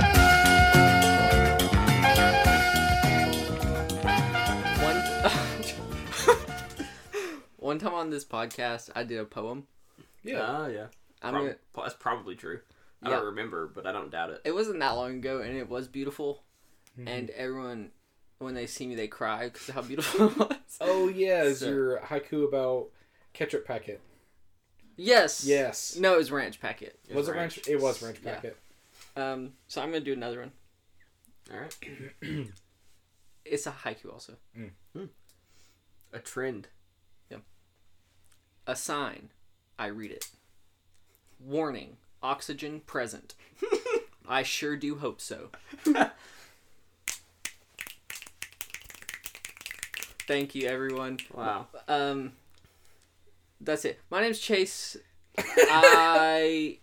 One time on this podcast, I did a poem. Yeah. Ah, yeah. I'm Prob- gonna, po- that's probably true. I Yeah. don't remember, but I don't doubt it. it wasn't that long ago, and it was beautiful. Mhm. And everyone, when they see me, they cry because of how beautiful it was. Oh yeah, is So- your haiku about ketchup packet? Yes. Yes. No, it was Ranch Packet. It was it ranch? It was ranch Yeah. packet. Um, so I'm gonna do another one. All right. It's a haiku also. A trend. A sign. I read it. Warning. Oxygen present. I sure do hope so. Thank you, everyone. Wow. Um, that's it. My name's Chase. I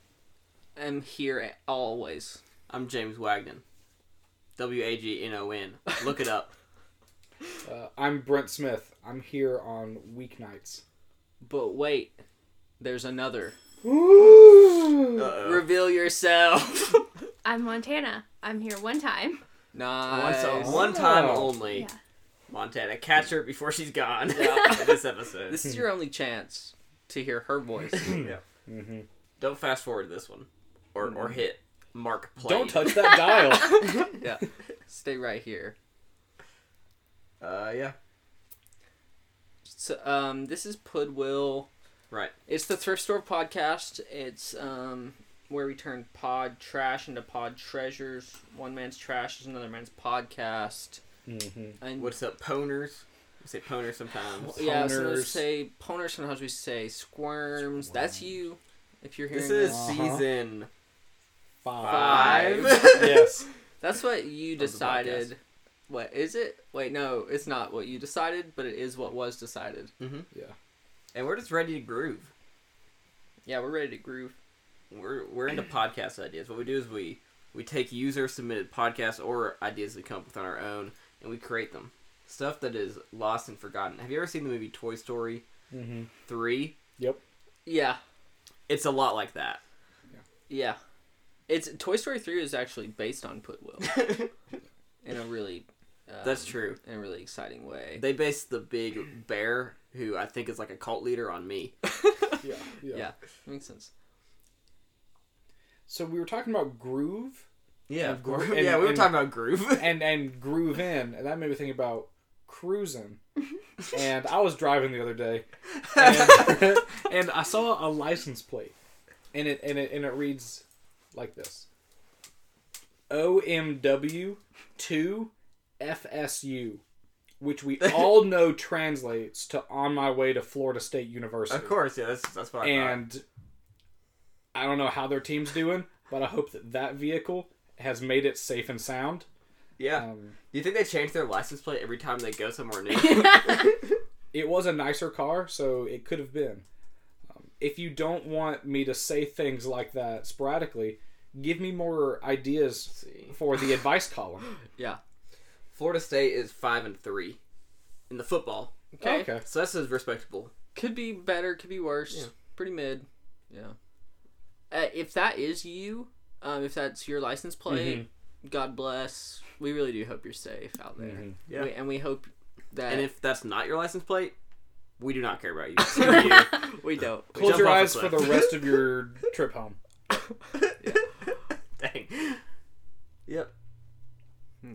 am here always. I'm James Wagnon. W A G N O N. Look it up. Uh, I'm Brent Smith. I'm here on weeknights. But wait, there's another. Ooh. Uh-oh. Reveal yourself. I'm Montana. I'm here one time. nice. Once a- one time Wow. only. Yeah. Montana, catch her before she's gone. Yeah. this episode. This is your only chance to hear her voice. hmm Don't fast forward this one, or or hit mark play. Don't touch that dial. yeah. Stay right here. Uh, yeah. So, um, this is Pudwill. Right. It's the Thrift Store podcast. It's um, where we turn pod trash into pod treasures. One man's trash is another man's podcast. Mhm. And What's up, poners? We say poner sometimes. yeah, sometimes we Poners. say poner. Sometimes we say squirms. That's you. If you're hearing This is Uh-huh. season Five. five. yes. That's what you Of the decided. podcast. What is it? Wait, no, it's not what you decided, but it is what was decided. and we're just ready to groove. Yeah, we're ready to groove. we're we're into podcast ideas. What we do is we we take user submitted podcasts or ideas that come up with on our own, and we create them. Stuff that is lost and forgotten. Have you ever seen the movie Toy Story Mm-hmm. three? Yep. Yeah, It's a lot like that. yeah. It's Toy Story three is actually based on Putwill in a really um, That's true. in a really exciting way. They based the big bear, who I think is like a cult leader, on me. Yeah. Yeah. yeah, makes sense. So we were talking about groove Yeah, of course. yeah, we were And- talking about groove. and and groove in, and that made me think about cruising. and I was driving the other day, and, and I saw a license plate, and it and it and it reads like this: OMW two FSU, which we all know translates to "On my way to Florida State University." of course, yeah, that's that's what I thought. and I don't know how their team's doing, but I hope that that vehicle has made it safe and sound. Yeah, Um, do you think they change their license plate every time they go somewhere new? it was a nicer car, so it could have been. Um, if you don't want me to say things like that sporadically, give me more ideas see. for the advice column. Yeah. Florida State is five and three in the football, Okay. okay. so that's as respectable. Could be better. Could be worse. Yeah. Pretty mid. Yeah. Uh, if that is you, um, if that's your license plate, Mm-hmm. God bless. We really do hope you're safe out there. Mhm. Yeah. We, and we hope that Mm-hmm. Eh. And if that's not your license plate, we do not care about you. Screw you. we don't. We Close Jump your off a eyes for the cliff. rest of your trip home. Dang. Yep.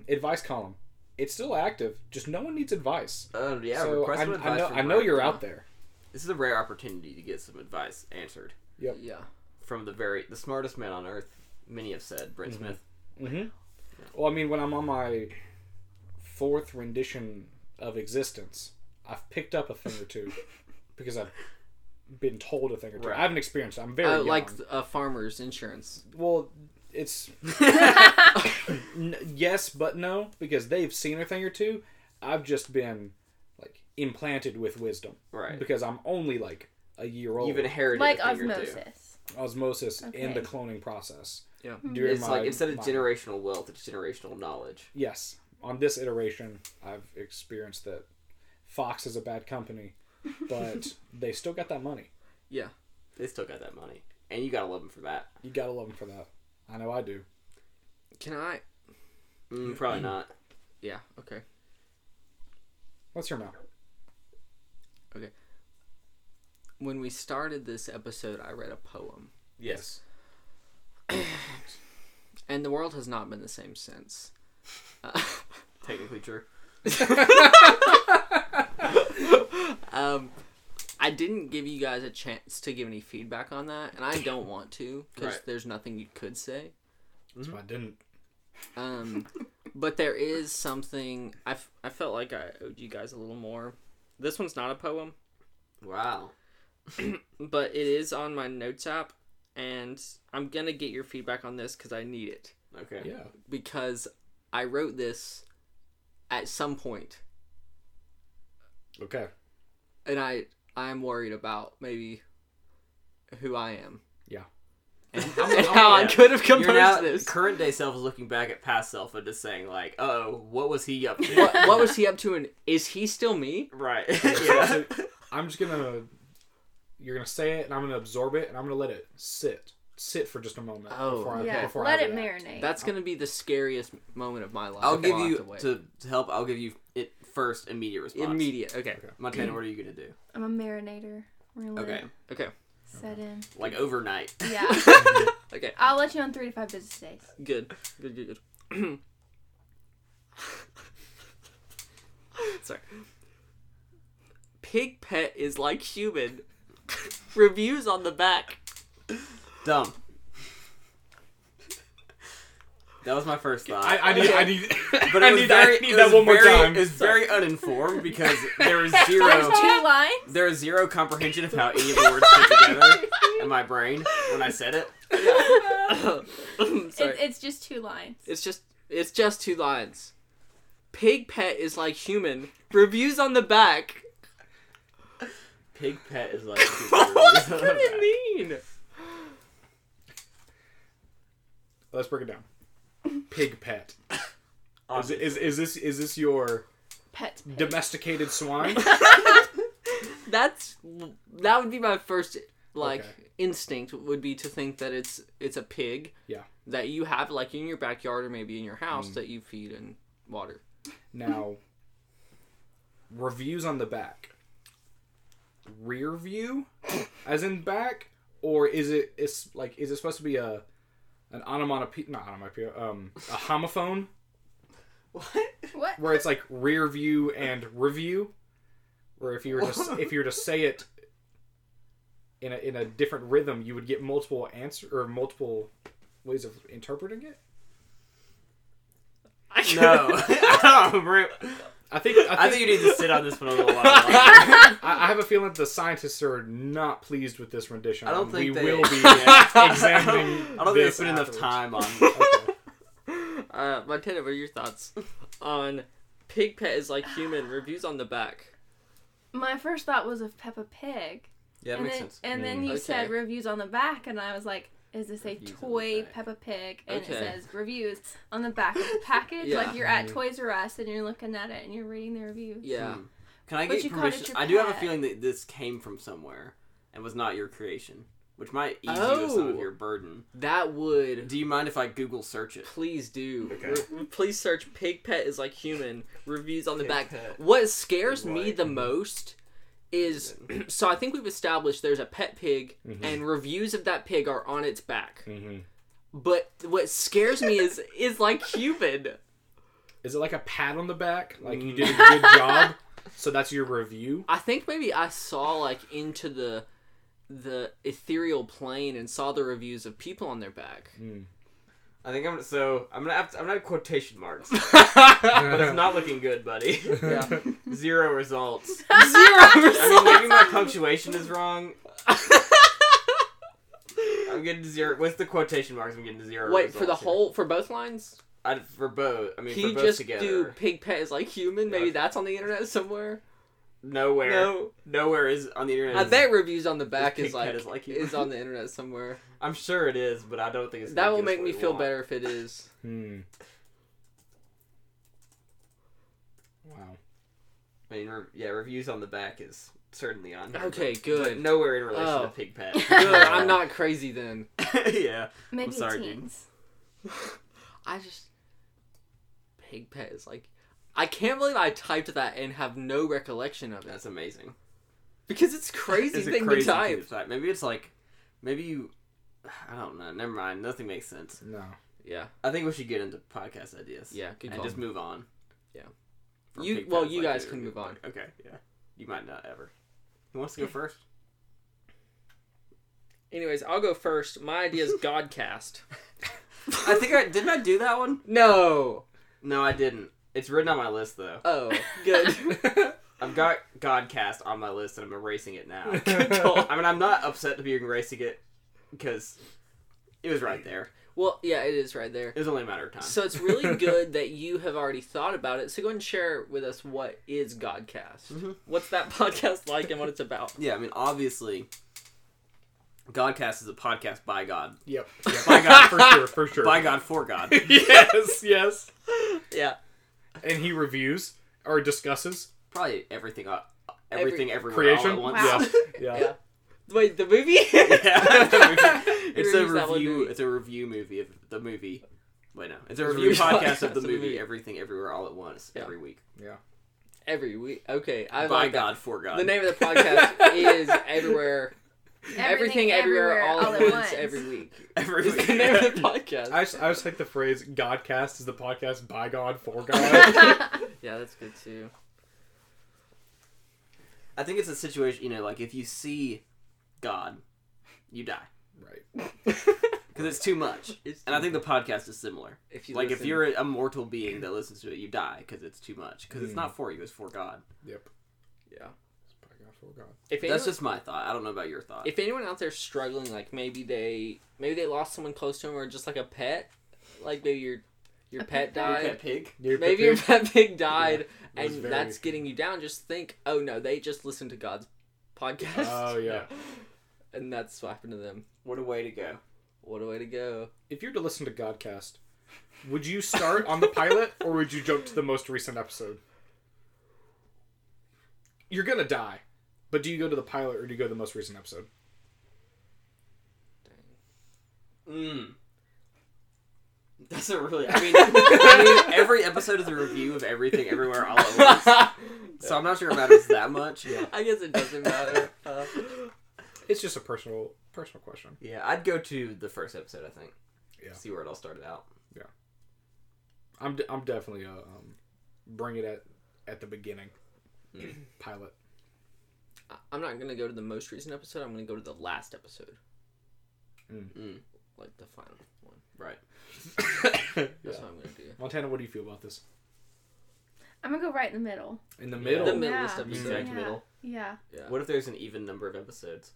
Advice column. It's still active, just no one needs advice. Oh yeah. so I, request some I advice know, from I know Ryan. you're out there. This is a rare opportunity to get some advice answered Yep. Yeah. from the very the smartest man on earth. Many have said Brent Smith. Mm-hmm. Well, I mean, when I'm on my fourth rendition of existence, I've picked up a thing or two because I've been told a thing or two. Right. I haven't experienced it. I'm very Uh, young. like uh, farmers insurance. Well, it's n- yes, but no because they've seen a thing or two. I've just been like implanted with wisdom Right. because I'm only like a year old. You've inherited like a thing or two. osmosis. osmosis in Okay. the cloning process. Yeah. During It's my- like instead of my- generational wealth, it's generational knowledge. Yes. On this iteration, I've experienced that Fox is a bad company, but they still got that money. Yeah. They still got that money, and you gotta love them for that. You gotta love them for that. I know I do. Can I? Mm, probably not. Yeah. Okay. What's your mouth? when we started this episode, I read a poem, Yes. and the world has not been the same since. Uh, Technically true. um, I didn't give you guys a chance to give any feedback on that, and I don't want to because Right. there's nothing you could say. That's why I didn't. Um, but there is something I, f- I felt like I owed you guys a little more. This one's not a poem, Wow. but it is on my notes app, and I'm gonna get your feedback on this because I need it Okay. Yeah. because I wrote this at some point, Okay. and I I'm worried about maybe who I am Yeah. and, and how I yeah. could have composed Your now, this. current day self is looking back at past self and just saying like, "Oh, what was he up to?" what, what was he up to, and is he still me? right. So, yeah. I'm just gonna. You're gonna say it, and I'm gonna absorb it, and I'm gonna let it sit, sit for just a moment. Oh. before I, yeah, before I let it react. marinate. That's gonna be the scariest moment of my life. I'll give have you to wait. to, to help. I'll give you it first. Immediate response. immediate. Okay, Montana, what are you gonna do? I'm a marinator. We're Mm-hmm. gonna let Okay. it okay, set in. Like overnight. Yeah, okay. I'll let you on three to five business days. Good, good, good, good. Sorry. Pig pet is like human. Reviews on the back. Dumb. That was my first thought. I, I need. I need. but it I was need that. very, I need it that was one more very- time. It was very uninformed because there was There's zero two lines. there is zero comprehension of how any of the words fit together in my brain when I said it. Sorry. It, it's just two lines. It's just it's just two lines. Pig pet is like human. Reviews on the back. Pig pet is like. what could it mean? Let's break it down. Pig pet. Is, Obviously. is is this is this your Pet. domesticated swine? That's that would be my first like Okay. instinct would be to think that it's it's a pig. Yeah. Mm. That you have like in your backyard or maybe in your house that you feed and water. Now, reviews on the back. Rear view, as in back, or is it? It's like is it supposed to be a an onomatopoeia? Not onomatopoeia. Um, a homophone What? where it's like rear view and review, where if you were just if you were to say it in a in a different rhythm, you would get multiple answer or multiple ways of interpreting it. no. I don't remember. I think I think, I think you need to sit on this one a little while. longer. Uh, I, I have a feeling that the scientists are not pleased with this rendition. I don't think we they- will be Yeah. examining. I don't think they this spent enough afterwards. time on. Okay. Uh, Montana, what are your thoughts on pig pet is like human? Reviews on the back. My first thought was of Peppa Pig. Yeah, that and makes then, sense. And then you Okay. said reviews on the back, and I was like, is this a Reviews on the toy back. Peppa Pig? And Okay. it says reviews on the back of the package. Yeah. Like you're at Toys R Us and you're looking at it and you're reading the review. Yeah. Hmm. Can I But get you called it permission? your I do have a pet. feeling that this came from somewhere and was not your creation, which might ease you of some of Oh. your burden. That would. Do you mind if I Google search it? Please do. Okay. Re- please search pig pet is like human. Reviews on the Pig back. pet What scares is me like- the most is so I think we've established there's a pet pig and reviews of that pig are on its back. But what scares me is is like human. Is it like a pat on the back? Like you did a good Mm. job, so that's your review. I think maybe I saw like into the the ethereal plane and saw the reviews of people on their back. I think I'm so I'm gonna have to, I'm gonna have quotation marks, but it's not looking good, buddy. Yeah. Zero results. I Zero. mean, maybe my punctuation is wrong. I'm getting zero. What's the quotation marks? I'm getting zero. Wait for the results here. whole for both lines. I, for both. I mean, Can you for both just together. do pig pet is like human? Maybe Yeah. that's on the internet somewhere. Nowhere. No, Nowhere is on the internet. I is- bet reviews on the back pig is pet like, is is, like human. is on the internet somewhere. I'm sure it is, but I don't think it's. That gonna will give us make what me we feel want. better if it is. Hmm. Wow. I mean, re- yeah, reviews on the back is certainly on. there, Okay, but- good. but nowhere in relation Oh. to pig pet. Good, I'm not crazy then. yeah. Maybe sorry, dude. teens. I just pig pet is like. I can't believe I typed that and have no recollection of it. That's amazing. because it's crazy It's a thing crazy to thing type. to type. Maybe it's like, maybe you. I don't know. Never mind. Nothing makes sense. No. Yeah, I think we should get into podcast ideas. yeah. Good and call. just move on. Yeah. Or You- pick well, that you later. guys can move on. Okay. Yeah. You might not ever. Who wants to go first? Anyways, I'll go first. My idea is Godcast. I think I didn't. I do that one. No. No, I didn't. It's written on my list though. Oh, good. I've got Godcast on my list, and I'm erasing it now. call. I mean, I'm not upset to be erasing it because it was right there. well, yeah, it is right there. It was only a matter of time. So it's really good that you have already thought about it. So go ahead and share with us what is Godcast. Mhm. What's that podcast like and what it's about? yeah, I mean, obviously, Godcast is a podcast by God, Yep. Yeah, by God, for sure, for sure. by God for God. yes, yes. Yeah. And he reviews or discusses Probably everything, uh, everything, everywhere, creation. all at once. Wow. Yeah. Yeah. Wait, the movie? Yeah. it's a Reviews that one review. movie. It's a review movie of the movie. Wait, no, it's a It's a review review podcast of podcast the of the movie. movie. Everything, everywhere, all at once, Yeah. every week. Every week. Okay. I by like that. God for God. The name of the podcast is Everywhere. Everything, everywhere, all, at once. every week. every Is week. the name of the podcast. I just, I just like the phrase "Godcast" is the podcast by God for God. yeah, that's good too. I think it's a situation. You know, like if you see God, you die right. because it's too much. It's And I think the podcast is similar. if you like if listen- you're a mortal being that listens to it, you die because it's too much. Because it's Hmm. not for you; it's for God. Yep. Yeah. It's by God for God. if anyone, That's just my thought. I don't know about your thought. if anyone out there is struggling, like maybe they maybe they lost someone close to them or just like a pet, like maybe your your A pet pet Your died. pet pig. Your Maybe your pet pig died, Yeah, it was and very- that's getting you down. Just think, oh no, they just listened to God's podcast. Oh yeah. and that's what happened to them. What a way to go! What a way to go! If you were to listen to Godcast, would you start on the pilot or would you jump to the most recent episode? You're gonna die, but do you go to the pilot or do you go to the most recent episode? Mm. That's a really. I mean, I mean, every episode is a review of everything, everywhere, all at once. So I'm not sure it matters that much. Yeah, I guess it doesn't matter. Uh, It's just a personal personal question. I'd go to the first episode. I think. Yeah. See where it all started out. I'm de- I'm definitely a um, bring it at at the beginning pilot. I- I'm not gonna go to the most recent episode. I'm gonna go to the last episode, Hmm. Mm. like the final one. Right. That's Yeah. what I'm gonna do. Montana, what do you feel about this? I'm gonna go right in the middle. In the Yeah. middle. The middleest Yeah. episode. Exact Yeah. middle. Yeah. Yeah. What if there's an even number of episodes?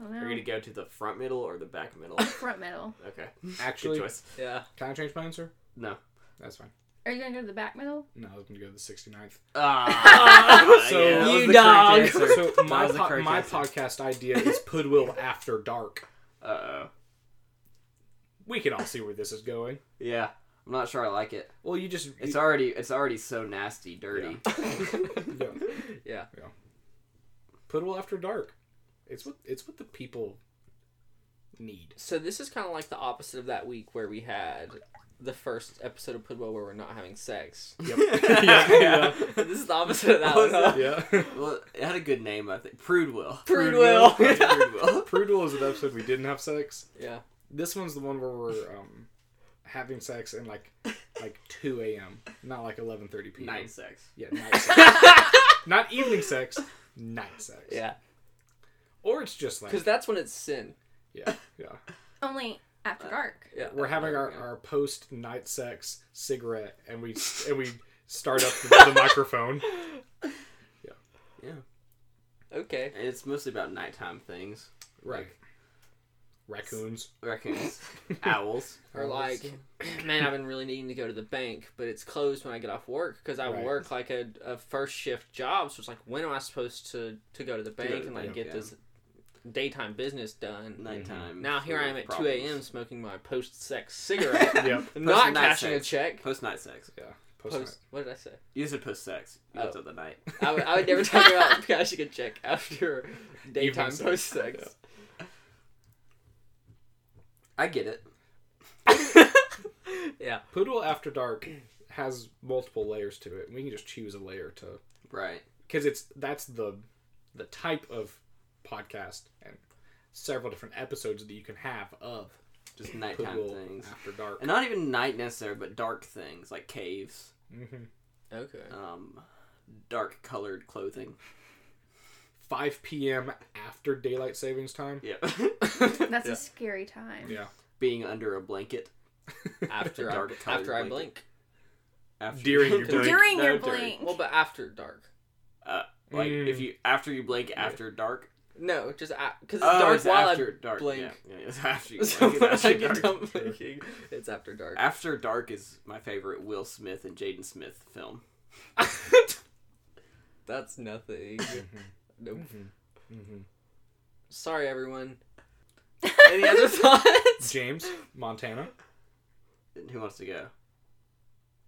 I don't Are know. you gonna go to the front middle or the back middle? Front middle. Okay. Good Actually, choice. Yeah. can I change my answer? No. That's fine. Are you gonna go to the back middle? No, I was going to go to the 69th. Ah, So- yeah, that was You the correct dog. answer. So my, was the po- correct my answer. podcast idea is Pudwill After Dark. Uh-oh. We can all see where this is going. Yeah. I'm not sure I like it. Well, you just It's already it's already so nasty, dirty. yeah. Yeah. Pudwill After Dark. It's what it's what the people need. So this is kind of like the opposite of that week where we had the first episode of Pudwell where we're not having sex. Yep. yeah. this is the opposite of that What was one. that? Huh? Yeah. Well, it had a good name, I think. Prude Will. Prudwell. Prude Will. Prudwill is an episode we didn't have sex. yeah. This one's the one where we're um, having sex in like like two a.m. Not like eleven thirty p.m. Night sex. Yeah, night sex. Not evening sex. Night sex. Yeah. Or it's just like Because that's when it's sin. yeah, yeah. Only after dark. Yeah. We're having our, Yeah. our post night sex cigarette, and we and we start up the, the microphone. Okay. And it's mostly about nighttime things. Right. Raccoons. Raccoons. owls. Or like, man, I've been really needing to go to the bank, but it's closed when I get off work because I Right. work like a, a first shift job. So it's like, when am I supposed to to go to the bank the and like bank, get yeah. this daytime business done? Nighttime. Mhm. Now here I am at two a.m. problems. smoking my post-sex cigarette, Yep. not Post-night cashing sex. a check. Post night sex. Yeah. Post. Post, what did I say? You said post sex. You left Oh. out the night. I would, I would never talk about cashing a check after daytime sex. post sex. I get it. Yeah. Poodle After Dark has multiple layers to it. We can just choose a layer to Right. because it's that's the the type of podcast and several different episodes that you can have of Just nighttime Poodle things. after dark. And not even night necessarily, but dark things like caves, hmm Okay. um, dark colored clothing. 5 p.m. after daylight savings time. Yeah. That's Yeah. a scary time. Yeah. being under a blanket After Dark I, colored after I blanket. blink. after During your During- During no, your during. blink. Well, but after dark. like Mm. if you after you blink after dark. No, just because it's Oh, dark it's while after dark. blink. Yeah, yeah, it's after you I. So blink. when it's I after get dark. done blinking, it's after dark. After Dark is my favorite Will Smith and Jaden Smith film. That's nothing. Nope. hmm Sorry, everyone. Any other thoughts? James, Montana. And who wants to go?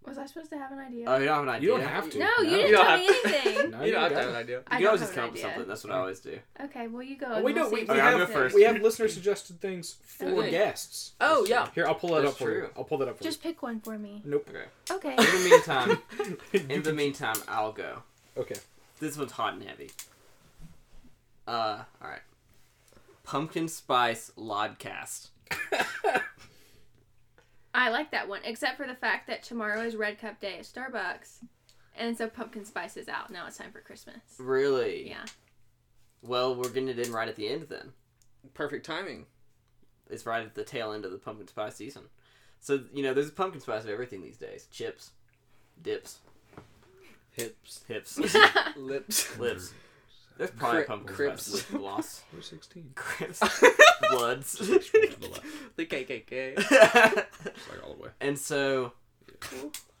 Was I supposed to have an idea? Oh, you don't have an idea. You don't have to. no, you You didn't don't tell me have- anything. No, you don't have to got have an it. idea. You I can don't always have just an come up with idea. something. That's what I always do. Okay, well you go. Oh, and we we'll don't. see We, if Okay, we it's I'll have go good. first. we have listener suggested things for Okay. guests. Oh That's yeah. Here, I'll pull that That's up for you. true. I'll pull that up for Just pick one for me. Nope. Okay. Okay. In the meantime, you. in the meantime, I'll go. okay. This one's hot and heavy. Uh, all right. Pumpkin spice lodcast. I like that one, except for the fact that tomorrow is Red Cup Day at Starbucks, and so pumpkin spice is out. Now it's time for Christmas. Really? Yeah. Well, we're getting it in right at the end then. Perfect timing. It's right at the tail end of the pumpkin spice season. So you know, there's pumpkin spice of everything these days: chips, dips, Hips, hips, lips. lips. There's probably Cri- pumpkin Crips. spice lip gloss, We're sixteen. crips, bloods. the KKK. Like all the way. and so,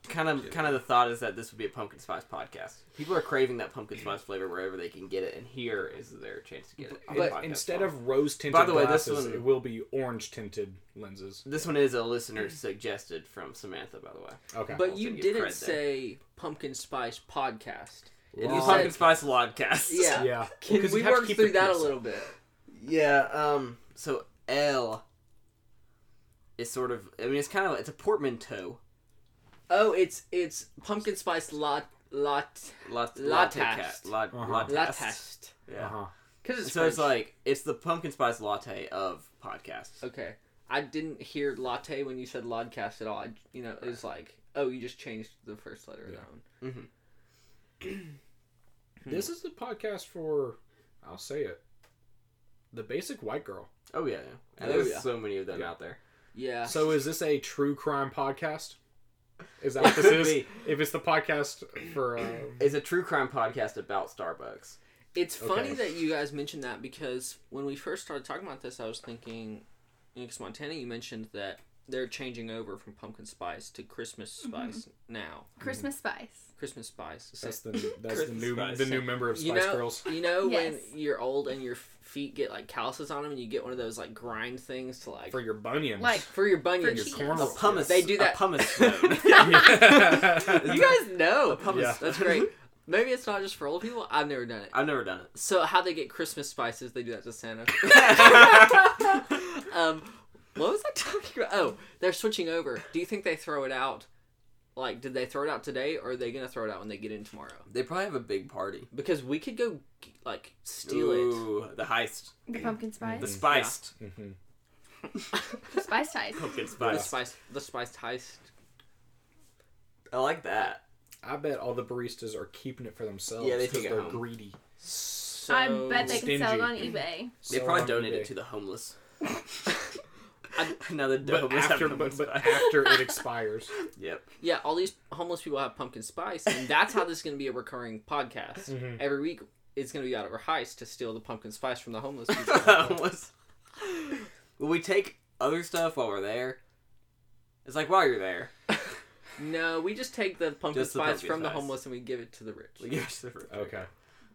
kind of, kind of the thought is that this would be a pumpkin spice podcast. People are craving that pumpkin spice flavor wherever they can get it, and here is their chance to get it. on the But podcast But instead form. of rose tinted By the way, this glasses, one- it will be orange tinted lenses. this one is a listener suggested from Samantha, by the way. Okay. But Also you give didn't credit say pumpkin spice podcast. It Log- is pumpkin spice lodcast. Yeah. yeah. Can Because we you have to work keep through it that a yourself. little bit? Yeah, um so L is sort of I mean it's kind of it's a portmanteau. Oh, it's it's pumpkin spice lot lot Lot, Latte latte cat. cast. Lot, Uh-huh. latte. latest. Yeah. Uh-huh. Because it's So it's French. like it's the pumpkin spice latte of podcasts. okay. I didn't hear latte when you said lodcast at all. I, you know, it was like oh, you just changed the first letter of that one. This is the podcast for, I'll say it, the basic white girl. Oh yeah. yeah. And Oh, there's yeah. so many of them Yeah. out there. Yeah. So is this a true crime podcast? Is that what this is? if it's the podcast for, um, It's a true crime podcast about Starbucks. It's funny Okay. that you guys mentioned that because when we first started talking about this, I was thinking, because Montana, you mentioned that they're changing over from pumpkin spice to Christmas spice now. Christmas spice. Christmas spice. So- that's the that's the new Christmas the Spice. new member of Spice you know, Girls. you know Yes. when you're old and your f- feet get like calluses on them, and you get one of those like grind things to like for for, your bunions. Like your bunions. cheese. corn- A Oh, pumice. They do that- A pumice stone. Mm-hmm. you guys know. Yeah. That's great. Maybe it's not just for old people. I've never done it. I've never done it. So how they get Christmas spices? They do that to Santa. um, what was I talking about? Oh, they're switching over. Do you think they throw it out? Like, did they throw it out today, or are they gonna throw it out when they get in tomorrow? They probably have a big party. Because we could go like steal Ooh, the heist. The pumpkin spice. The spiced. Mhm. The spice type. Pumpkin it. The spice. spice, the spice heist. I like that. I bet all the baristas are keeping it for themselves. Yeah, they 'cause take it they're home. greedy. So I bet they can sell it on eBay. Stingy. They So probably on donate eBay. it to the homeless. Another But homeless after, have but, homeless but spice. after it expires, Yep. yeah, all these homeless people have pumpkin spice, and that's how this is gonna be a recurring podcast Mm-hmm. every week. It's gonna be out of our heist to steal the pumpkin spice from the homeless people. homeless. Will we take other stuff while we're there? It's like while you're there, No, we just take the pumpkin Just the spice pumpkin from the spice. homeless and we give it to the rich. we give it to the rich. okay.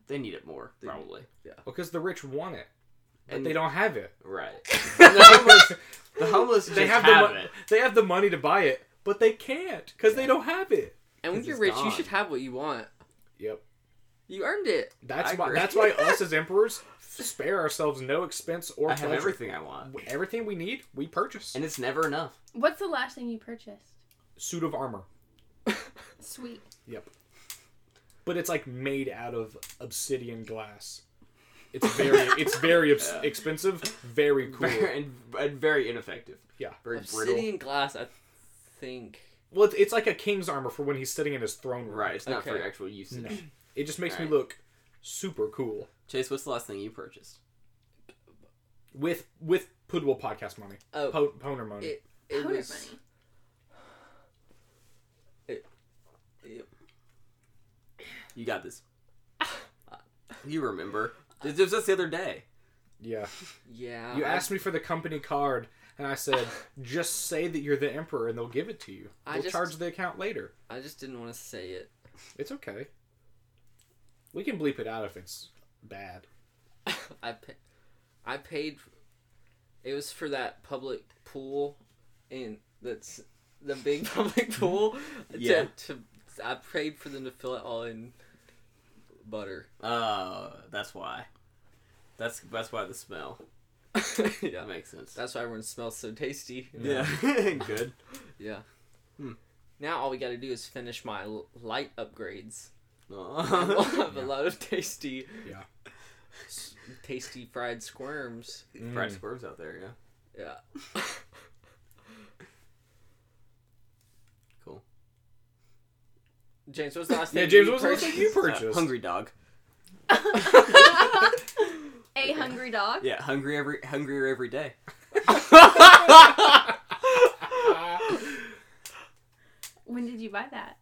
They need it more, probably. Because the rich want it, but And- they don't have it. Right. And the homeless, the homeless They just have, have, the mo- it. they have the money to buy it, but they can't because they don't have it. And when 'Cause you're it's rich, you gone. should have what you want. Yep. You earned it. That's I why. agree. That's why us as emperors spare ourselves no expense or I have pleasure. everything I want, Everything we need, we purchase. and it's never enough. What's the last thing you purchased? Suit of armor. Sweet. Yep. But it's like made out of obsidian glass. It's very it's very obs- expensive, very cool. Very, and, and very ineffective. Yeah. Very brittle. Obsidian glass, I think. Well, it's, it's like a king's armor for when he's sitting in his throne room. Right, it's not for Okay. actual usage. It just makes me Right. look super cool Chase, what's the last thing you purchased? with with Pudwill podcast money, Oh. po- Poner money. It, it Powder was. money. You got this. you remember? This was just the other day. yeah. Yeah. You I- asked me for the company card, and I said, just say that you're the emperor, and they'll give it to you. I They'll just- charge the account later. I just didn't want to say it. It's okay. We can bleep it out if it's bad. I pa- I paid. It was for that public pool, and that's the big public pool. Yeah. To, to I paid for them to fill it all in butter. Oh, that's why. That's that's why the smell. yeah. That makes sense. That's why everyone smells so tasty. yeah, good. Yeah. Hmm. Now all we got to do is finish my l- light upgrades. We'll Aw. have a lot of tasty, Yeah. s- tasty fried squirms. Fried Mm. squirms out there. Yeah, Yeah. cool. James, what's the last Yeah, thing? James, you what was the last thing you purchased? purchased? Uh, hungry dog. A hungry dog. Yeah, hungry every hungrier every day. When did you buy that?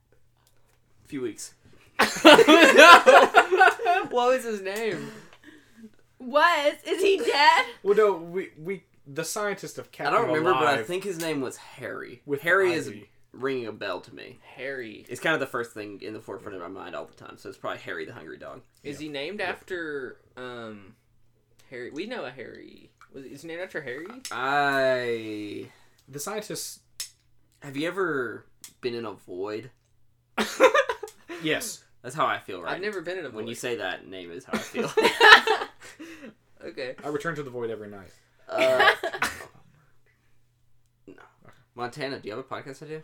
A few weeks. what was his name? Was is he dead? Well, no, we, we the scientist of I Captain don't remember, but I Alive think his name was Harry. with Harry is Ivy. ringing a bell to me. Harry. It's kind of the first thing in the forefront of my mind all the time. So it's probably Harry the hungry dog. Is he named after um Harry? We know a Harry. Was is he named after Harry? I the scientist. have you ever been in a void? Yes, That's how I feel right I've never been in a When you void. say that name is how I feel. Okay. I return to the void every night. uh, Montana, do you have a podcast idea?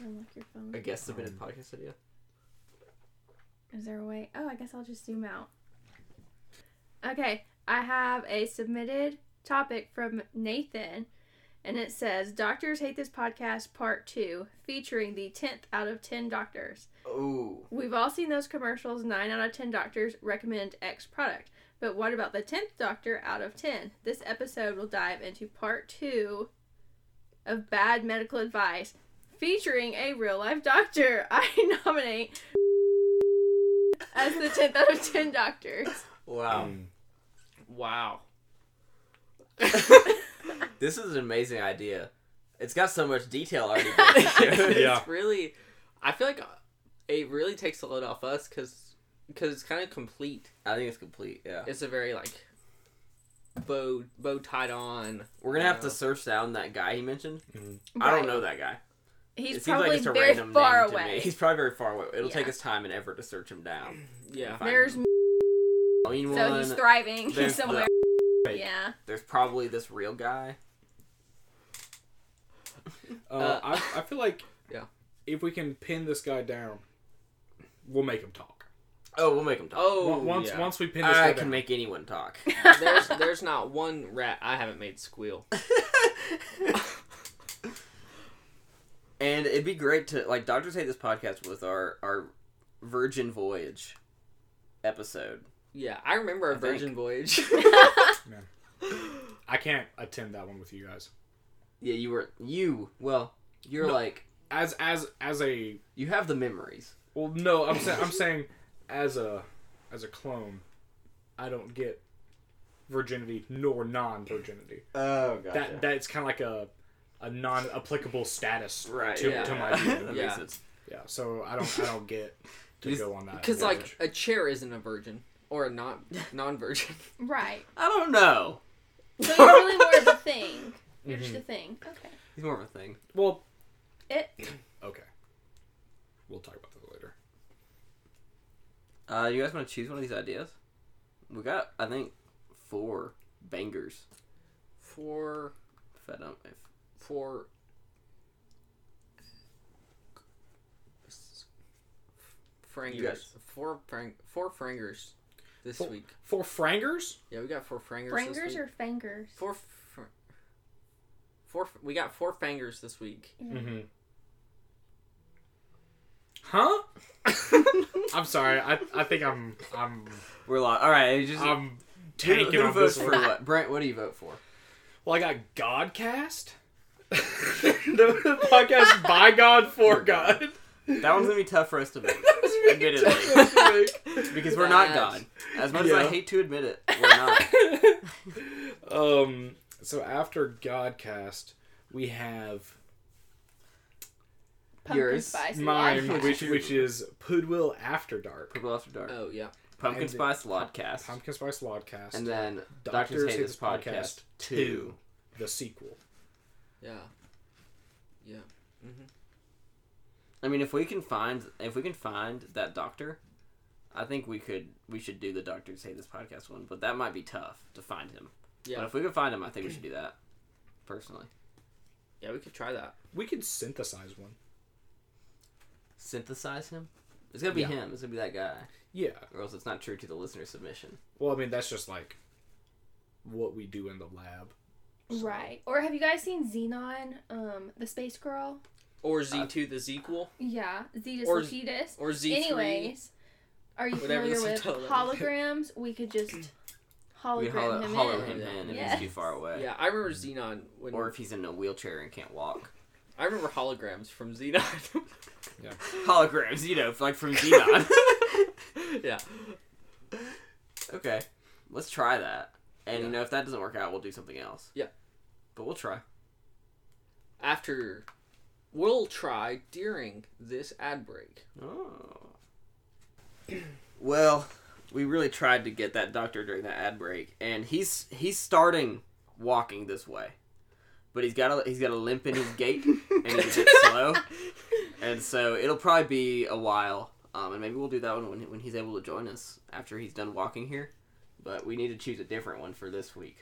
Unlock your phone. A guest submitted Um, podcast idea? Is there a way? Oh, I guess I'll just zoom out. Okay, I have a submitted topic from Nathan, and it says Doctors Hate This Podcast Part 2, featuring the 10th out of 10 doctors. Oh, We've all seen those commercials 9 out of 10 doctors recommend X product. But what about the 10th doctor out of 10? This episode will dive into part 2 of bad medical advice featuring a real life doctor. I nominate as the 10th out of 10 doctors. wow. Mm. Wow. This is an amazing idea. It's got so much detail already. built into it. Yeah. It's really. I feel like it really takes a load off us because it's kind of complete. I think it's complete. Yeah. It's a very like bow bow tied on. We're going to have Yeah. to search down that guy he mentioned. I don't Right. know that guy. He's it seems probably like it's a very random far name to me. away. He's probably very far away. It'll take Yeah. us time and effort to search him down. Yeah. Fine. There's me, Mean so one, he's thriving. there's He's the- somewhere. fake. Yeah. there's probably this real guy. Uh, Uh, I, I feel like Yeah. if we can pin this guy down, we'll make him talk. Oh, we'll make him talk. Oh, Once- once yeah. once we pin this guy I down, can make anyone talk. there's there's not one rat I haven't made squeal. and it'd be great to like doctors hate this podcast was our our virgin voyage episode. Yeah, I remember a I think. Virgin Voyage. I can't attend that one with you guys. Yeah, you were you well, you're No. like As as as a you have the memories. well, no, I'm saying I'm saying as a as a clone, I don't get virginity nor non virginity. Oh god. That that's kind of like a a non applicable status right to, yeah. to my view. that Yeah. makes sense. Yeah, so I don't I don't get to Just- go on that. Because like voyage. a chair isn't a virgin or a non non virgin. Right. I don't know. So you're really more of a thing. You're Mm-hmm. just a thing. Okay. He's more of a thing. well, It okay, we'll talk about that later. Uh, you guys want to choose one of these ideas? We got, I think, four bangers. For If I don't, if for You guys. Frangers. Four frang four frangers. this Four- week. Four frangers? Yeah, we got four frangers. this Fingers week. or fingers? four. Fr- four. We got four fangers this week. Mm-hmm. Huh? I'm sorry. I, I think I'm I'm We're lost. All right, it's just I'm who, taking who on votes this for one. what? Brent, what do you vote for? Well, I got Godcast. the podcast by God for God. That one's gonna be tough for us to make Admittedly. Admittedly. because we're not That- God. As much as I Yeah. hate to admit it, we're not. um. So after Godcast, we have Pumpkin Yours. spice. mine, latte. which which is Pudwill After Dark, Purple After Dark, Oh yeah. Pumpkin and- Spice Lodcast, Pumpkin Spice Lodcast, and then Doctors Hate This Podcast Two. the sequel. Yeah. I mean, if we can find if we can find that doctor, I think we could we should do the Doctors Hate This Podcast one, but that might be tough to find him. Yeah. But if we could find him, I think we should do that. Personally, Yeah, we could try that. We could synthesize one. synthesize him. It's gonna be Yeah. him. It's gonna be that guy, Yeah. or else it's not true to the listener submission. Well, I mean that's just like what we do in the lab. Right. Or have you guys seen Xenon, um, the space girl? Or Uh, Z two the sequel. Yeah, Zetus Or- Lapidus. Or Z three. Anyways, are you Whatever familiar this with hotel is. holograms? We could just we hologram hollow, him hollow in. him in if Yes. he's too far away, Yeah, I remember Xenon when or if he's in a wheelchair and can't walk. I remember holograms from Xenon. Holograms, you know, like from Xenon. yeah. okay, let's try that. And you know, if that doesn't work out, we'll do something else. Yeah. but we'll try. After we'll try during this ad break. Oh. well, we really tried to get that doctor during that ad break, and he's he's starting walking this way, but he's got a he's got a limp in his gait, and he's a bit slow, and so it'll probably be a while. Um, and maybe we'll do that one when when he's able to join us after he's done walking here. But we need to choose a different one for this week.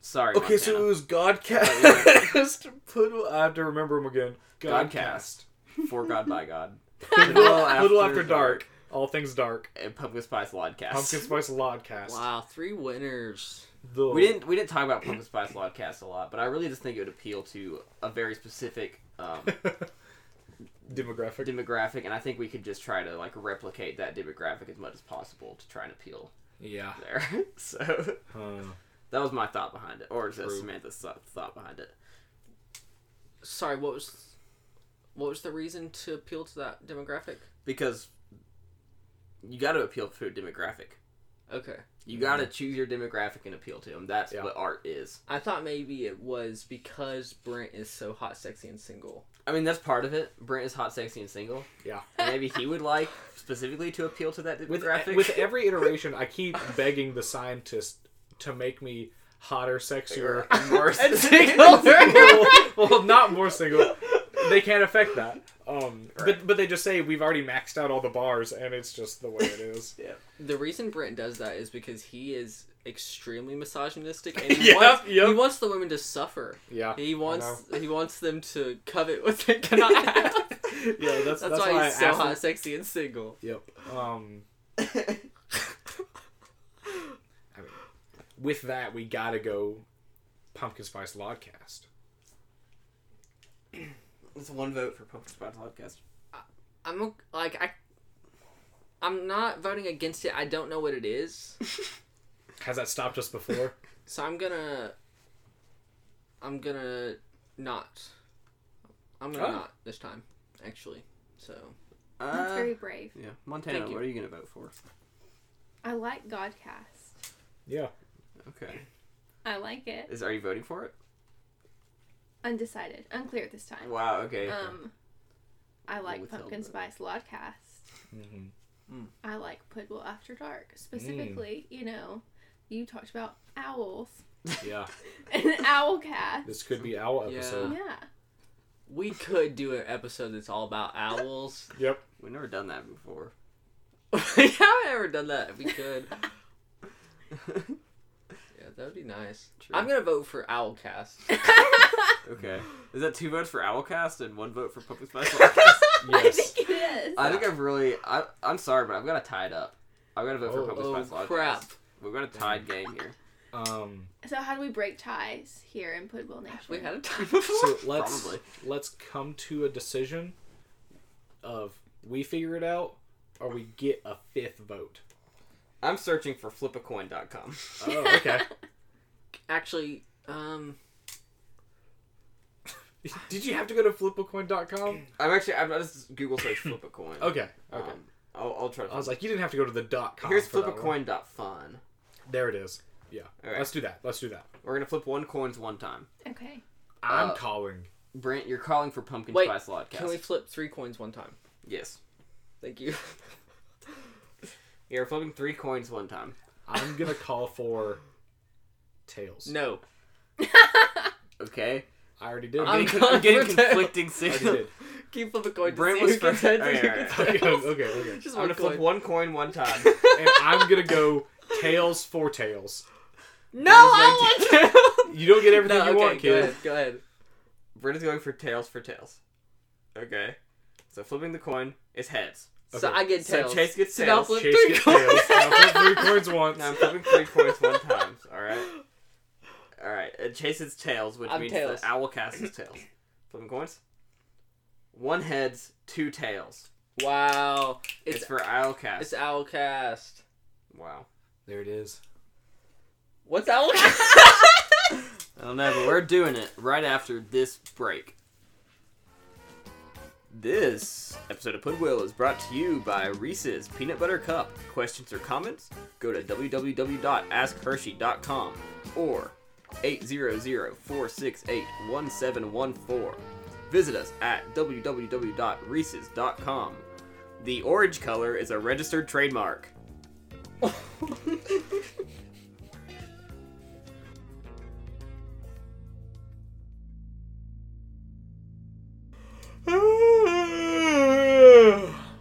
Sorry. Okay, so it Montana. was Godcast. Pudwill. I have to remember him again. Godcast. for God by God. Pudwill After, dark. All things dark. and Pumpkin Spice Lodcast. Pumpkin Spice Lodcast. Wow, three winners. The- we didn't we didn't talk about Pumpkin Spice Lodcast a lot, but I really just think it would appeal to a very specific um, demographic. demographic, and I think we could just try to like replicate that demographic as much as possible to try and appeal yeah. there. so that was my thought behind it, or is that True. Samantha's thought, thought behind it? Sorry, what was what was the reason to appeal to that demographic? Because you got to appeal to a demographic. Okay. You got to choose your demographic and appeal to them. That's Mm-hmm. Yeah. what art is. I thought maybe it was because Brent is so hot, sexy, and single. I mean, that's part of it. Brent is hot, sexy, and single. Yeah. And maybe he would like specifically to appeal to that with e, demographic. with every iteration, I keep begging the scientist to make me hotter, sexier, More and single. single. well, not more single. They can't affect that. Um, But but they just say we've already maxed out all the bars, and it's just the way it is. The reason Brent does that is because he is extremely misogynistic and he, Yep, wants, yep. he wants the women to suffer. Yeah. He wants he wants them to covet what they cannot have. Yeah, that's, That's, why, I he's so asked him- hot, sexy, and single. Yep. Um, with that, we gotta go Pumpkin Spice Lodcast. It's one vote for Pumpkin Spice Podcast. I'm o- like I, I'm not voting against it. I don't know what it is, Has that stopped us before? so I'm gonna, I'm gonna not. I'm gonna Oh. not this time, actually. So That's Uh, very brave. yeah, Montana. Thank you. What are you gonna vote for? I like Godcast. yeah. Okay. I like it. Is are you voting for it? Undecided. Unclear at this time. Wow. Okay. Uh, Um, I like withheld Pumpkin that. Spice Lodcast. Mm-hmm. I like Pudwill After Dark. Specifically, you know, you talked about owls Yeah. and an owl cast. This could be our episode. Yeah. we could do an episode that's all about owls. Yep. We've never done that before. we haven't ever done that. We could. Yeah, That would be nice. True. I'm gonna vote for Owlcast. Okay. Is that two votes for Owlcast and one vote for Puppet Spice Podcast? I Yes. think it is. I think I've really. I, I'm sorry, but I've got to tie it up. I've got to vote Oh, for Puppet oh, Spice Podcast. crap. We've got a tied game here. Um. so how do we break ties here in Pudwill Nation? We had a time before. So let's Probably. let's come to a decision of we figure it out or we get a fifth vote. I'm searching for flipacoin.com. Oh, okay. Actually, um, Did you have to go to flipacoin.com? I'm actually. I'm not just Google search flip a coin. Okay. Um, Okay. I'll, I'll try to. I was like, you didn't have to go to the dot com. Here's for that one. flipacoin.fun. There it is. Yeah. All right. Let's do that. Let's do that. We're gonna flip one coins one time. okay. I'm Uh, calling. Brent, you're calling for pumpkin Wait, spice latte. can we flip three coins one time? Yes. Thank you. You're flipping three coins one time. I'm gonna call for tails. No, Okay. I already did. I'm I'm getting, calling I'm getting for tails. conflicting I already signals. did. keep flipping coin. Brent to see was who gets heads first. Okay, and who gets alright, Okay, tails. okay, okay. Just I'm one gonna flip coin. one coin one time. And I'm gonna go tails for tails. No, I want You don't get everything No, you okay, want, go kid. ahead. Go ahead. Brent is going for tails for tails. Okay. So flipping the coin is heads. So Okay. I get So tails. Chase gets So now tails. flip Chase three gets coins. tails. Now flip three coins once. Now I'm flipping three coins one time. All right. All right. And Chase is tails, which I'm means tails. the owl cast is tails. Flipping coins. One heads, two tails. Wow, It's, it's for owl cast. it's Owlcast. Wow. There it is. What's Owlcast? I don't know, but we're doing it right after this break. This episode of Pudwill is brought to you by Reese's Peanut Butter Cup. Questions or comments? Go to www.askhershey.com or 800-468-1714. Visit us at www.reese's.com. The orange color is a registered trademark.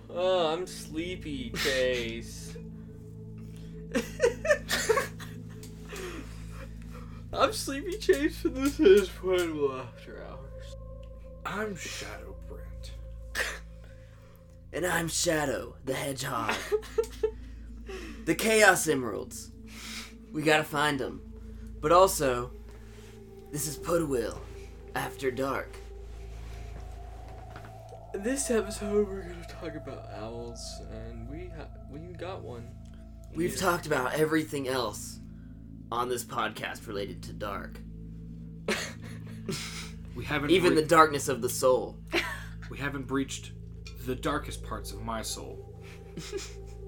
oh, I'm sleepy, Chase. I'm sleepy, Chase, and this is Pueblo After Hours. I'm Shadow Brent. And I'm Shadow, the Hedgehog. the Chaos Emeralds. We gotta find them. But also, this is Pudwill, After Dark. In this episode, we're gonna talk about owls, and we ha- we got one. We've talked about everything else on this podcast related to dark. We haven't Even the bre- darkness of the soul. we haven't breached the darkest parts of my soul.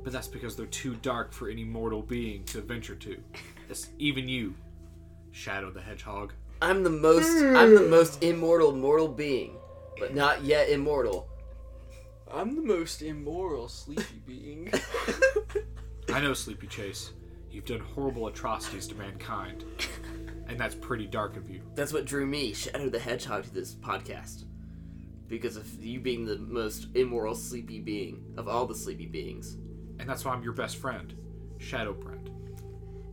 but that's because they're too dark for any mortal being to venture to. That's even you, Shadow the Hedgehog. I'm the most I'm the most immortal mortal being, but not yet immortal. I'm the most immoral sleepy being. I know, Sleepy Chase. You've done horrible atrocities to mankind, and that's pretty dark of you. That's what drew me, Shadow the Hedgehog, to this podcast. Because of you being the most immoral, sleepy being of all the sleepy beings. And that's why I'm your best friend, Shadow Brent.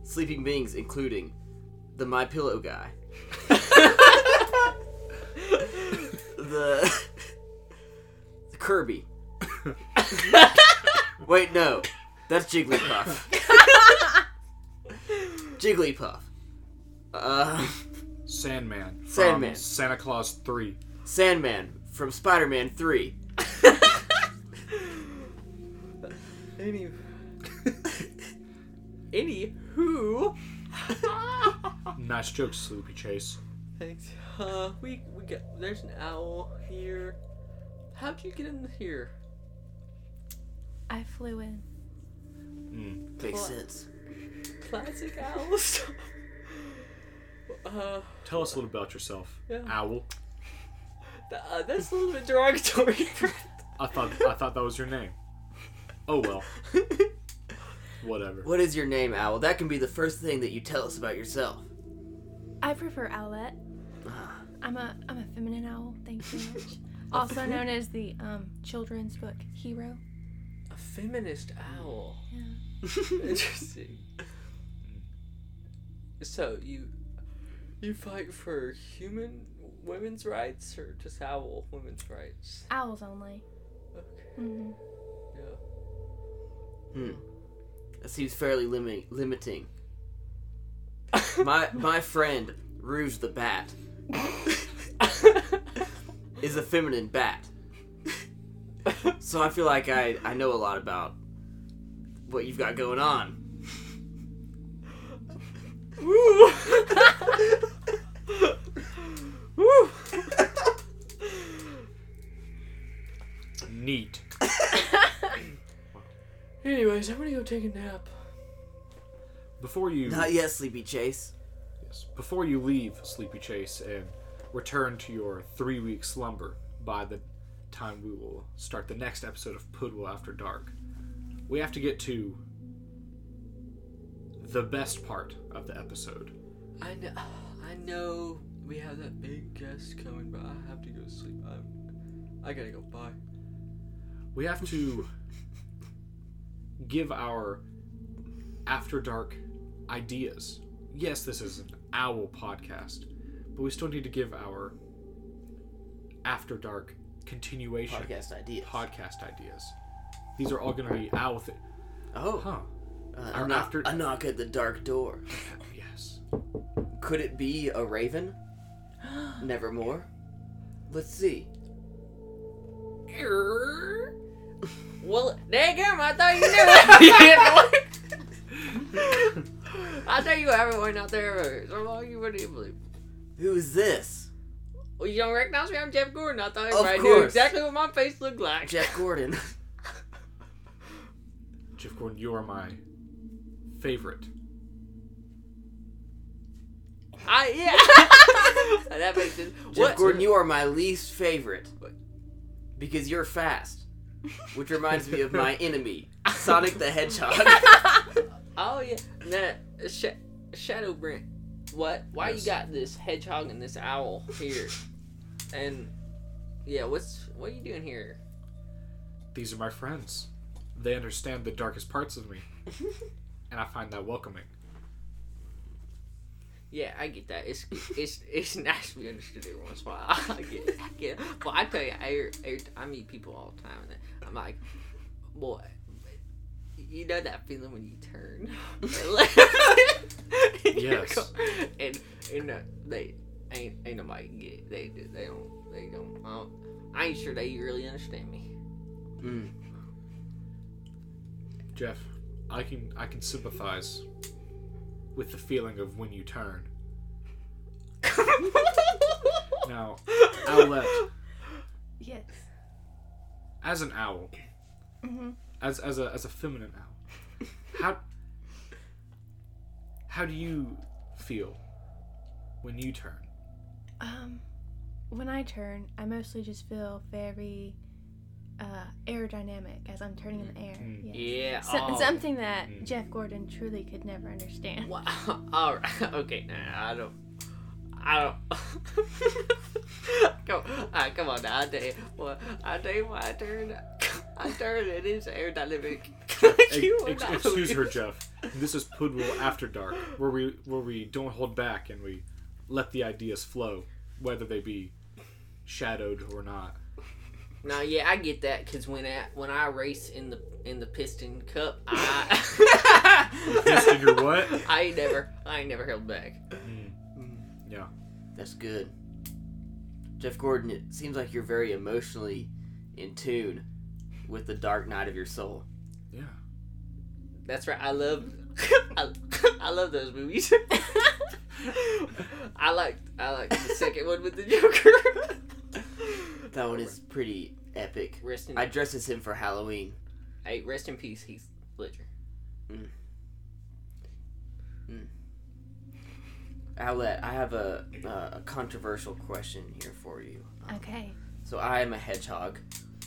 Sleeping beings, including the My Pillow guy. the. the Kirby. Wait, no. That's Jigglypuff. Jigglypuff. Uh, Sandman. From Sandman. Santa Claus 3. Sandman from Spider Man 3. Any. Any who? Nice joke, Sleepy Chase. Thanks. Uh, we we got there's an owl here. How'd you get in here? I flew in. Makes Mm. Cool. sense. Classic owl stuff. Uh, Tell us a little about yourself, Yeah. Owl. th- uh, that's a little bit derogatory. I thought I thought that was your name. Oh well, whatever. What is your name, Owl? That can be the first thing that you tell us about yourself. I prefer owlet. I'm a I'm a feminine owl. Thank you very much. also known as the um, children's book hero. a feminist owl. Hmm. Yeah. Interesting. So you you fight for human women's rights or just owl women's rights? Owls only. Okay. hmm Yeah. That seems fairly limiting. Limiting. My my friend Rouge the Bat is a feminine bat, so I feel like I I know a lot about what you've got going on. Woo. Woo. Neat. Anyways, I'm gonna go take a nap. Before you Not yet, Sleepy Chase. Yes. Before you leave Sleepy Chase and return to your three week slumber by the time we will start the next episode of Poodle After Dark, we have to get to the best part of the episode. I know, I know we have that big guest coming, but I have to go to sleep. I'm, I gotta go. Bye. We have to give our After Dark ideas. Yes, this is an owl podcast, but we still need to give our After Dark continuation. Podcast idea. podcast ideas. These are all going to be out with it. Oh, Huh. uh, a, Our knock, after- a knock at the dark door. Yes. Could it be a raven? Nevermore. Let's see. Well, damn! I thought you knew it. I tell you, everyone out there, so long you wouldn't believe. Who is this? Well, you don't recognize me? I'm Jeff Gordon. I thought Of everybody knew course. exactly what my face looked like. Jeff Gordon. Jeff Gordon, you are my favorite. I yeah. that makes sense. Jeff what? Gordon, you are my least favorite. Because you're fast. Which reminds me of my enemy, Sonic the Hedgehog. Oh yeah. Nah, sh- Shadow Brent. What? Why Yes. you got this hedgehog and this owl here? and yeah, what's what are you doing here? These are my friends. They understand the darkest parts of me, and I find that welcoming. Yeah, I get that. It's it's it's nice to be understood every once in a while. I get it. I get it. Well, I tell you, I, hear- I, hear- I meet people all the time, and I'm like, boy, you know that feeling when you turn. Yes. And and uh, they ain't ain't nobody get it. They do- they don't they don't. I, don't, I ain't sure they really understand me. Mm. Jeff, I can I can sympathize with the feeling of when you turn. Now, Owlette, Yes. as an owl, Mhm. as as a as a feminine owl, how how do you feel when you turn? Um, when I turn, I mostly just feel very uh, aerodynamic as I'm turning in the air. Mm. Yes. Yeah. So- oh. something that Mm. Jeff Gordon truly could never understand. Wow. All right. Okay. Nah, I don't. I don't. come, ah, come on now. I tell you. Well, I tell you why I turn. I turn. It is aerodynamic. Ex- will ex- not excuse her, believe- Jeff. This is Poodwill After Dark, where we where we don't hold back and we let the ideas flow, whether they be shadowed or not. No, yeah, I get that because when I when I race in the in the piston cup, I Piston, your what? I ain't never I ain't never held back. Yeah. That's good. Jeff Gordon, it seems like you're very emotionally in tune with the dark night of your soul. Yeah. That's right. I love I, I love those movies. I like I like the second one with the Joker. That one is pretty epic. Rest in I dressed as him for Halloween. hey, rest in peace, Heath Ledger. Owlette, I have a, uh, a controversial question here for you. Okay. So I am a hedgehog.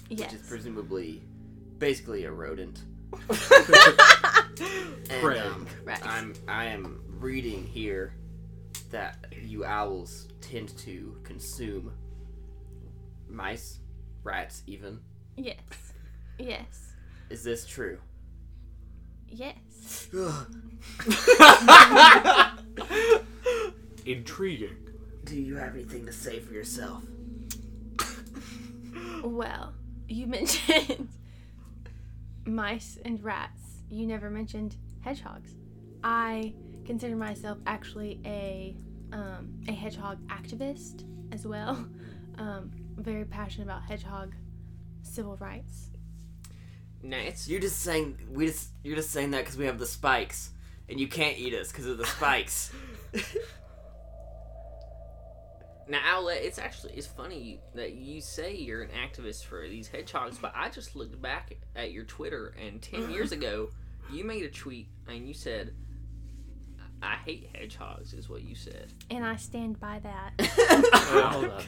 Yes. which is presumably basically a rodent. And, Prey. um, Right. I'm I am reading here that you owls tend to consume mice, rats, even. Yes. Yes. Is this true? Yes. Ugh. Intriguing. Do you have anything to say for yourself? Well, you mentioned mice and rats. You never mentioned hedgehogs. I consider myself actually a um, a hedgehog activist as well. Um, very passionate about hedgehog civil rights. Nice. You're just saying we just you're just saying that because we have the spikes, and you can't eat us because of the spikes. Now Owlette, it's actually it's funny that you say you're an activist for these hedgehogs, but I just looked back at your Twitter and ten years ago, you made a tweet and you said, "I I hate hedgehogs," is what you said. And I stand by that. Wow. wow.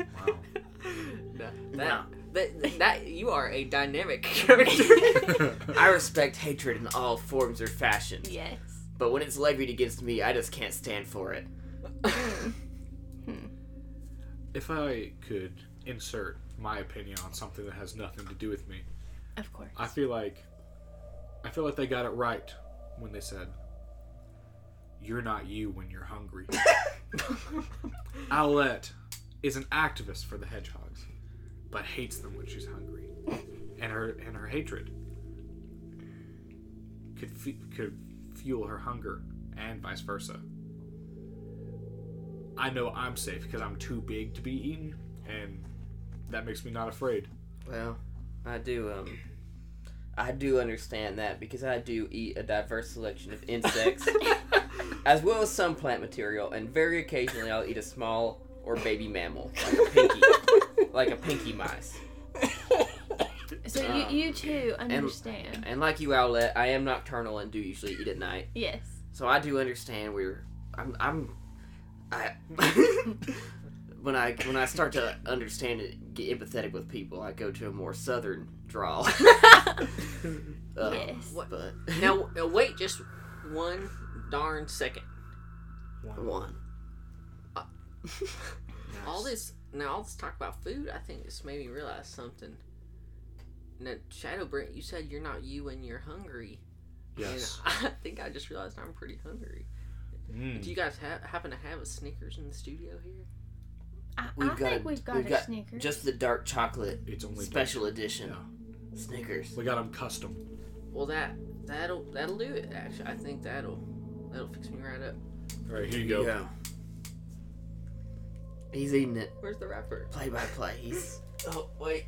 That Wow. that, that, that you are a dynamic character. I respect hatred in all forms or fashions, yes. but when it's levied against me, I just can't stand for it. if I could insert my opinion on something that has nothing to do with me, Of course. I feel like I feel like they got it right when they said you're not you when you're hungry. Owlette is an activist for the hedgehogs, but hates them when she's hungry. And her and her hatred could f- could fuel her hunger and vice versa. I know I'm safe because I'm too big to be eaten and that makes me not afraid. Well, I do um I do understand that because I do eat a diverse selection of insects as well as some plant material and very occasionally I'll eat a small or baby mammal like a pinky like a pinky mice. so um, you, you too understand. And like you Owlette, I am nocturnal and do usually eat at night. yes. So I do understand where I'm I'm I when I when I start to understand it get empathetic with people, I go to a more southern drawl. Uh, yes. what- But now, now wait just one darn second. one. All this now all this talk about food, I think this made me realize something. Now, Shadow Brent, you said you're not you when you're hungry. Yes. And I think I just realized I'm pretty hungry. Hmm. Mm. Do you guys ha- happen to have a Snickers in the studio here? I, We've I got think a- we've got we've a got Snickers. Just the dark chocolate It's only special edition Yeah. Snickers. We got them custom. Well, that that'll that'll do it. Actually, I think that'll that'll fix me right up. All right, here you go. Yeah. He's eating it Where's the wrapper? play by play. He's oh wait.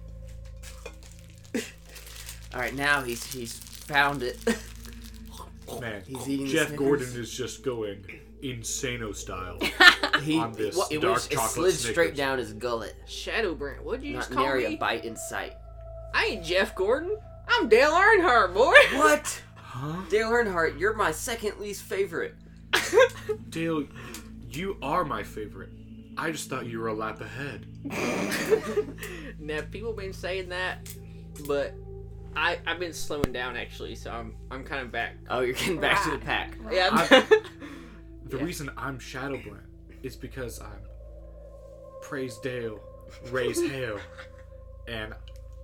All right, now he's he's found it. Man, He's eating the Jeff Snickers. Gordon is just going insano style. He On this it, dark was, it chocolate slid straight Snickers. down his gullet. Shadow Brent, what'd you Not just call nary me? a bite in sight. I ain't Jeff Gordon. I'm Dale Earnhardt, boy. What? Huh? Dale Earnhardt, you're my second least favorite. Dale, you are my favorite. I just thought you were a lap ahead. now people been saying that, but I I've been slowing down actually, so I'm I'm kind of back. Oh, you're getting back to the Right. pack. Yeah. The reason I'm Shadow Brent is because I'm praise Dale, raise hell, and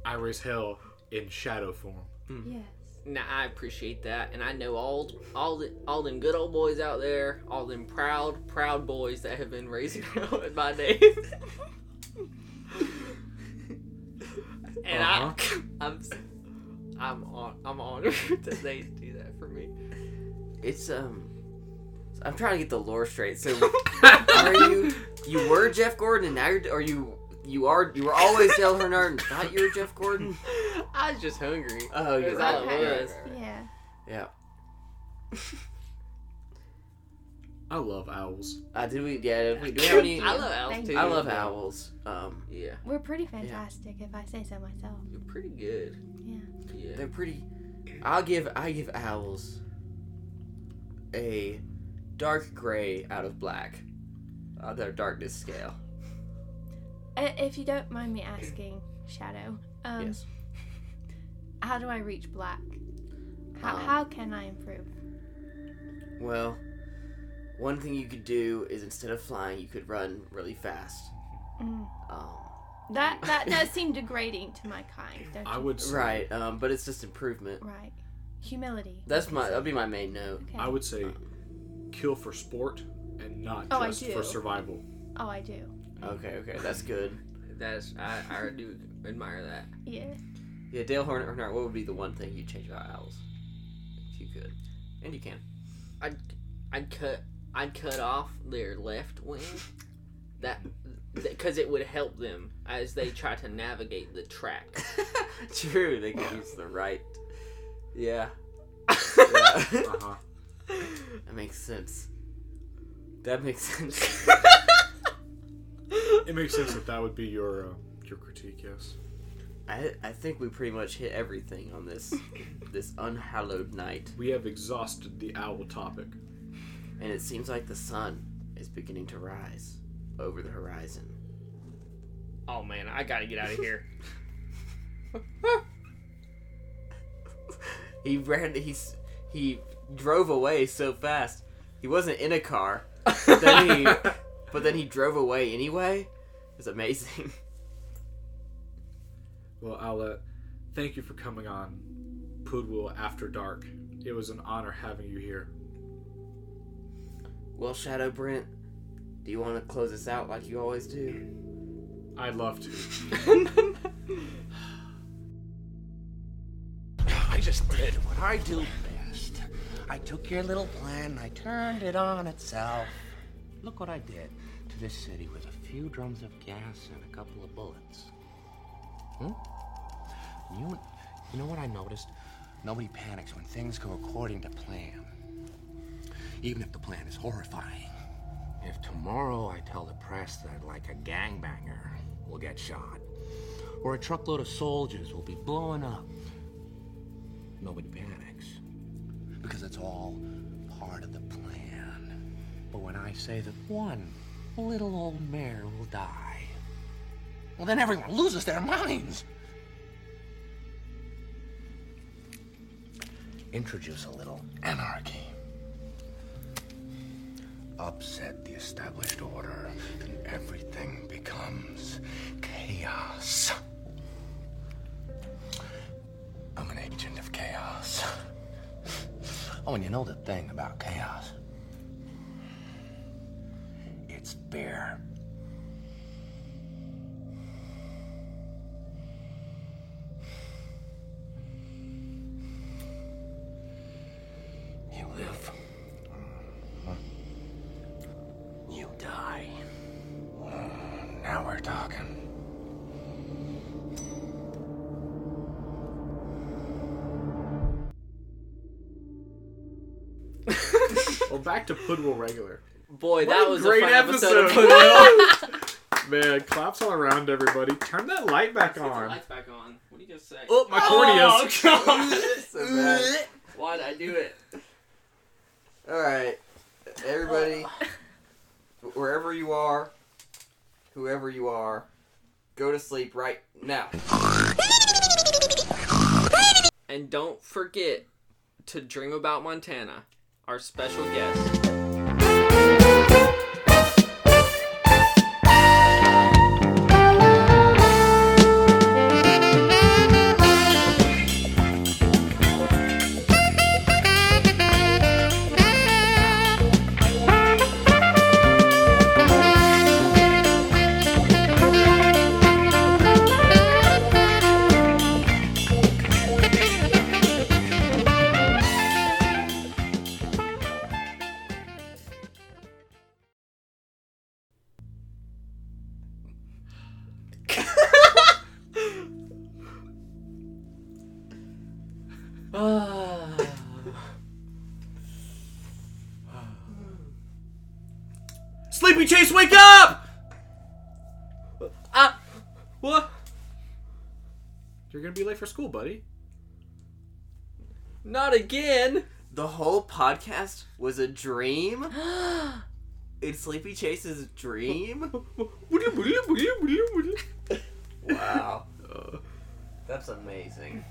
I raise hell in shadow form. Yes. Now I appreciate that, and I know all all the, all them good old boys out there, all them proud proud boys that have been raising hell in my days. and Uh-huh. I, I'm I'm on I'm honored that they do that for me. It's um, I'm trying to get the lore straight. So, are you you were Jeff Gordon and now you're or you you are you were always Dale Earnhardt and thought you were Jeff Gordon? I was just hungry. Oh, you're That's right. all it was. Yeah. Yeah. I love owls. Uh, did we? Yeah. Did we, do we have any? I love owls Thank too. you. I love owls. Um, Yeah, We're pretty fantastic, if I say so myself. you're pretty good. Yeah. Yeah. they're pretty. I'll give I give owls a dark gray out of black. On their darkness scale. Uh, if you don't mind me asking, Shadow, um, yes. how do I reach black? How, Um, how can I improve? Well, one thing you could do is instead of flying, you could run really fast. Mm. Um, That that does seem degrading to my kind, don't I you? would say, right. Um, but it's just improvement. Right. Humility. That's my. That'll be my main note. Okay. I would say kill for sport and not Oh, I just do. for survival. Oh, I do. Okay, okay, that's good. That's I, I do admire that. Yeah. Yeah, Dale Horn- Earnhardt, what would be the one thing you'd change about owls? If you could. And you can. I'd I'd cut I'd cut off their left wing. That because it would help them as they try to navigate the track. True, they could use the right. Yeah. yeah. yeah. Uh huh. That makes sense. That makes sense. It makes sense that that would be your uh, your critique, yes. I, I think we pretty much hit everything on this this unhallowed night, We have exhausted the owl topic. and it seems like the sun is beginning to rise over the horizon. Oh man, I gotta get out of here. He ran. He s- he drove away so fast. He wasn't in a car. But then he but then he drove away anyway. It's amazing. Well, Owlette, thank you for coming on Poodwill After Dark. It was an honor having you here. Well, Shadow Brent, do you want to close us out like you always do? I'd love to. I just did what I do best. I took your little plan and I turned it on itself. Look what I did to this city with a few drums of gas and a couple of bullets. Hmm? You, you know what I noticed? Nobody panics when things go according to plan. Even if the plan is horrifying. If tomorrow I tell the press that, like a gangbanger, will get shot, or a truckload of soldiers will be blowing up, nobody panics because it's all part of the plan. But when I say that one little old mare will die, well, then everyone loses their minds. Introduce a little anarchy. Upset the established order, and everything becomes chaos. I'm an agent of chaos. Oh, and you know the thing about chaos? It's fear. You live. You die. Now we're talking. well, Oh, back to Poodwill Regular. Boy, What that a was great a fun episode. episode. of Put Man, claps all around everybody. Turn that light back on. lights back on. What are you gonna say? Oh, my corneas. So bad. Why'd I do it? All right, everybody, wherever you are, whoever you are, go to sleep right now. And don't forget to dream about Montana, our special guest. Sleepy Chase, wake up! Ah, what? You're gonna be late for school, buddy. Not again. The whole podcast was a dream. It's Sleepy Chase's dream. Wow, that's amazing.